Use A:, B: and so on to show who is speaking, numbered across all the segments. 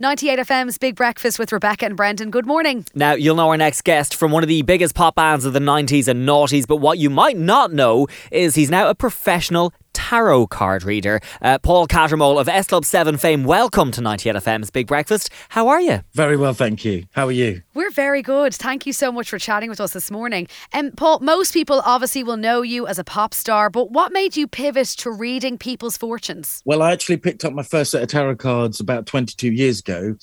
A: 98 FM's Big Breakfast with Rebecca and Brendan. Good morning.
B: Now, you'll know our next guest from one of the biggest pop bands of the 90s and noughties, but what you might not know is he's now a professional tarot card reader. Uh, Paul Cattermole of S Club 7 fame, welcome to 98 FM's Big Breakfast. How are you?
C: Very well, thank you. How are you?
A: We're very good. Thank you so much for chatting with us this morning. And Paul, most people obviously will know you as a pop star, but what made you pivot to reading people's fortunes?
C: Well, I actually picked up my first set of tarot cards about 22 years ago.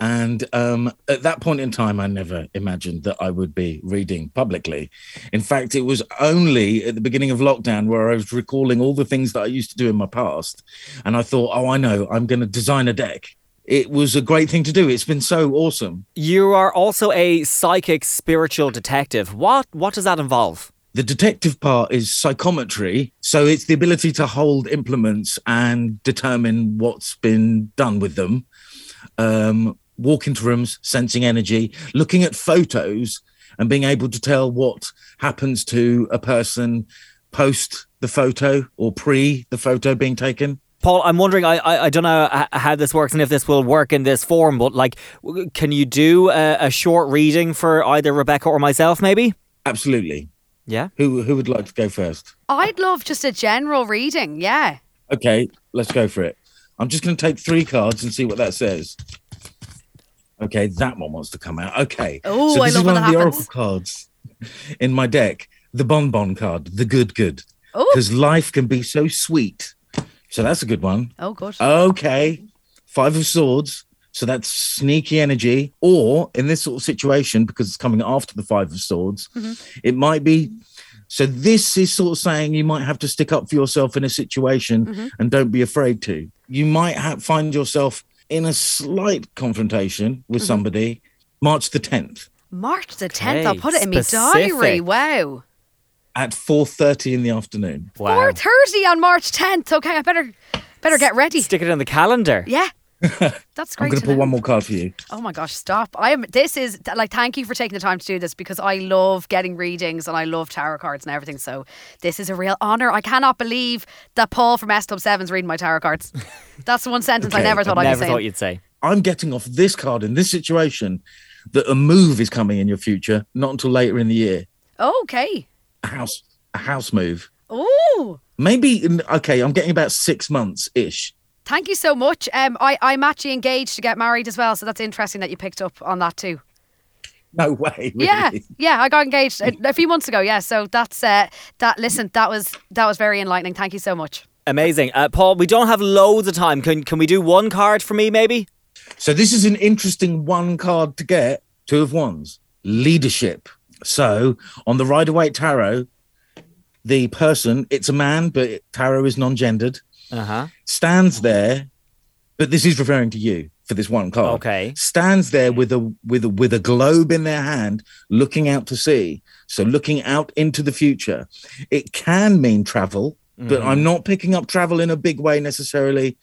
C: And um, at that point in time, I never imagined that I would be reading publicly. In fact, it was only at the beginning of lockdown where I was recalling all the things that I used to do in my past. And I thought, oh, I know, I'm going to design a deck. It was a great thing to do. It's been so awesome.
B: You are also a psychic spiritual detective. What, what does that involve?
C: The detective part is psychometry. So it's the ability to hold implements and determine what's been done with them. Um, walk into rooms, sensing energy, looking at photos, and being able to tell what happens to a person post the photo or pre the photo being taken.
B: Paul, I'm wondering, I, I, I don't know h- how this works and if this will work in this form, but like, w- can you do a, a short reading for either Rebecca or myself, maybe?
C: Absolutely.
B: Yeah.
C: Who who would like to go first?
A: I'd love just a general reading. Yeah.
C: Okay, let's go for it. I'm just going to take three cards and see what that says. Okay, that one wants to come out. Okay.
A: Oh,
C: so
A: I
C: this
A: love
C: is
A: when
C: one of
A: that
C: the
A: happens.
C: oracle cards in my deck. The bonbon card, the good good.
A: Oh.
C: Because life can be so sweet. So that's a good one.
A: Oh, good.
C: Okay. Five of Swords. So that's sneaky energy. Or in this sort of situation, because it's coming after the Five of Swords, it might be. So this is sort of saying you might have to stick up for yourself in a situation and don't be afraid to. You might ha- find yourself in a slight confrontation with somebody. March the 10th
A: March the 10th. I'll
B: Okay,
A: put it in my diary.
B: specific.
A: Wow.
C: at 4.30 in the afternoon.
B: Wow.
A: 4.30 on March 10th. Okay, I better better get ready.
B: Stick it in the calendar.
A: Yeah. That's
C: I'm
A: great.
C: going
A: to
C: to pull
A: know.
C: one more card for you.
A: Oh my gosh, stop. I am this is th- like thank you for taking the time to do this because I love getting readings and I love tarot cards and everything. So this is a real honor. I cannot believe that Paul from S Club 7's reading my tarot cards. That's the one sentence I
C: Okay,
A: never thought I'd
B: Never
A: be
B: thought
A: saying.
B: you'd say.
C: I'm getting off this card in this situation that a move is coming in your future, not until later in the year.
A: okay.
C: A house, a house move.
A: Oh,
C: Maybe in- okay. I'm getting about six months ish.
A: thank you so much. Um, I, I'm actually engaged to get married as well, so that's interesting that you picked up on that too.
C: No way. Really.
A: Yeah, yeah, I got engaged a, a few months ago. Yeah, so that's uh, that. Listen, that was that was very enlightening. Thank you so much.
B: Amazing. Uh, Paul, we don't have loads of time. Can, can we do one card for me, maybe?
C: So this is an interesting one card to get. Two of wands. Leadership. So on the Rider Waite Tarot, the person, it's a man, but tarot is non-gendered,
B: Uh huh.
C: stands there. But this is referring to you for this one card.
B: Okay.
C: stands there with a with a, with a globe in their hand looking out to sea so looking out into the future it can mean travel
B: Mm.
C: but i'm not picking up travel in a big way necessarily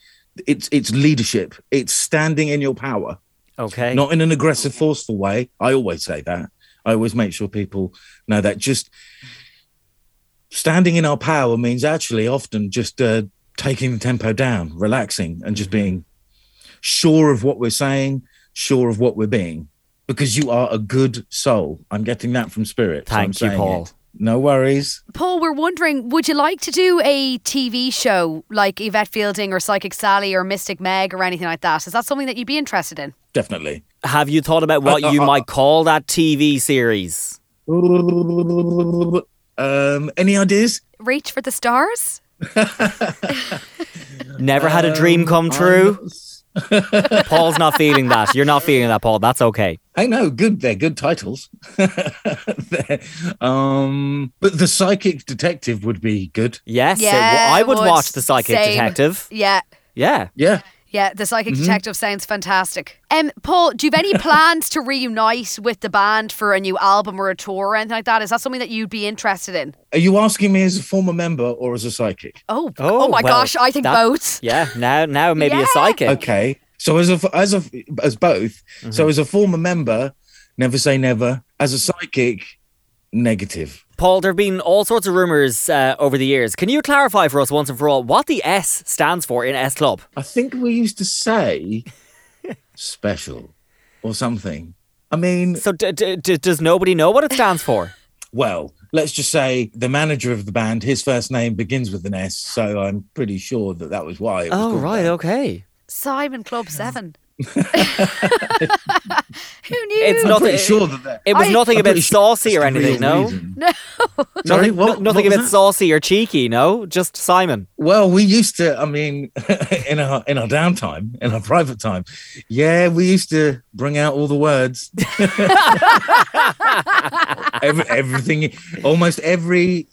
C: it's it's leadership it's standing in your power
B: Okay.
C: not in an aggressive forceful way i always say that i always make sure people know that just standing in our power means actually often just uh, taking the tempo down relaxing and just being sure of what we're saying sure of what we're being because you are a good soul i'm getting that from spirit so I'm
B: Thank you,
C: saying
B: Paul.
C: it. no worries
A: Paul, we're wondering, would you like to do a TV show like Yvette Fielding or Psychic Sally or Mystic Meg or anything like that? Is that something that you'd be interested in?
C: definitely
B: Have you thought about what
C: Uh, uh,
B: you
C: uh,
B: might call that TV series?
C: um any ideas
A: Reach for the stars?
B: Never had a dream
C: Um,
B: come true? Paul's not feeling that. You're not feeling that, Paul. That's okay.
C: I know, good. They're good titles. They're- um, but the psychic detective would be good.
B: Yes. it-
A: Yeah,
B: I would
A: would.
B: watch The Psychic
A: Same.
B: Detective.
A: Yeah.
B: Yeah.
C: Yeah.
A: Yeah, the psychic detective sounds fantastic. Um, Paul, do you have any plans to reunite with the band for a new album or a tour or anything like that? Is that something that you'd be interested in?
C: Are you asking me as a former member or as a psychic?
A: Oh, oh,
B: Oh,
A: my
B: well,
A: gosh, I think
B: that-
A: both.
B: Yeah. Now now maybe
A: Yeah.
B: a psychic.
C: Okay. So as a as a as both. So as a former member, never say never. As a psychic, negative.
B: Paul, there have been all sorts of rumours uh, over the years. Can you clarify for us once and for all what the S stands for in S Club?
C: I think we used to say special or something. I mean,
B: So d- d- d- does nobody know what it stands for?
C: well, let's just say the manager of the band, his first name begins with an S, so I'm pretty sure that that was why. It was
B: oh
C: called
B: right,
C: that.
B: okay.
A: Simon Club Seven. Who knew?
B: It's
C: I'm
B: not-
C: pretty
B: it-
C: sure that that.
B: It was
A: I-
B: nothing
C: I'm
B: about
C: pretty sure
B: saucy or
C: that's the
B: anything,
C: real
B: no.
C: reason.
A: no.
C: Sorry, what- what
B: nothing
C: was
B: about
C: that?
B: saucy or cheeky, no. Just Simon.
C: Well, we used to. I mean, in our in our downtime, in our private time, yeah, we used to bring out all the words. Every, everything, almost every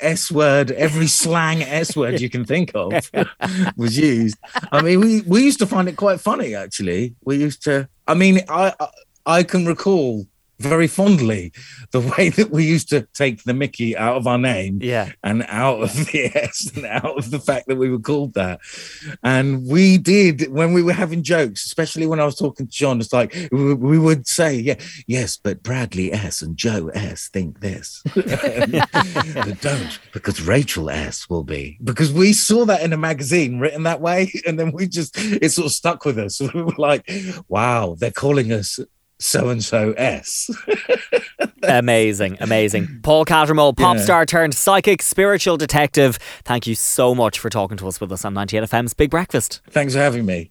C: S word, every slang S word you can think of was used. I mean, we we used to find it quite funny. Actually, we used to. I mean, I I, I can recall very fondly the way that we used to take the Mickey out of our name
B: Yeah.
C: and out of the S and out of the fact that we were called that. And we did when we were having jokes, especially when I was talking to John. It's like we, we would say, "Yeah, yes, but Bradley S and Joe S think this, but don't because Rachel S will be." Because we saw that in a magazine written that way, and then we just it sort of stuck with us. We were like, "Wow, they're calling us." So and so S.
B: amazing, amazing. Paul Cattermole, pop
C: Yeah.
B: star turned psychic spiritual detective. Thank you so much for talking to us with us on 98FM's Big Breakfast.
C: Thanks for having me.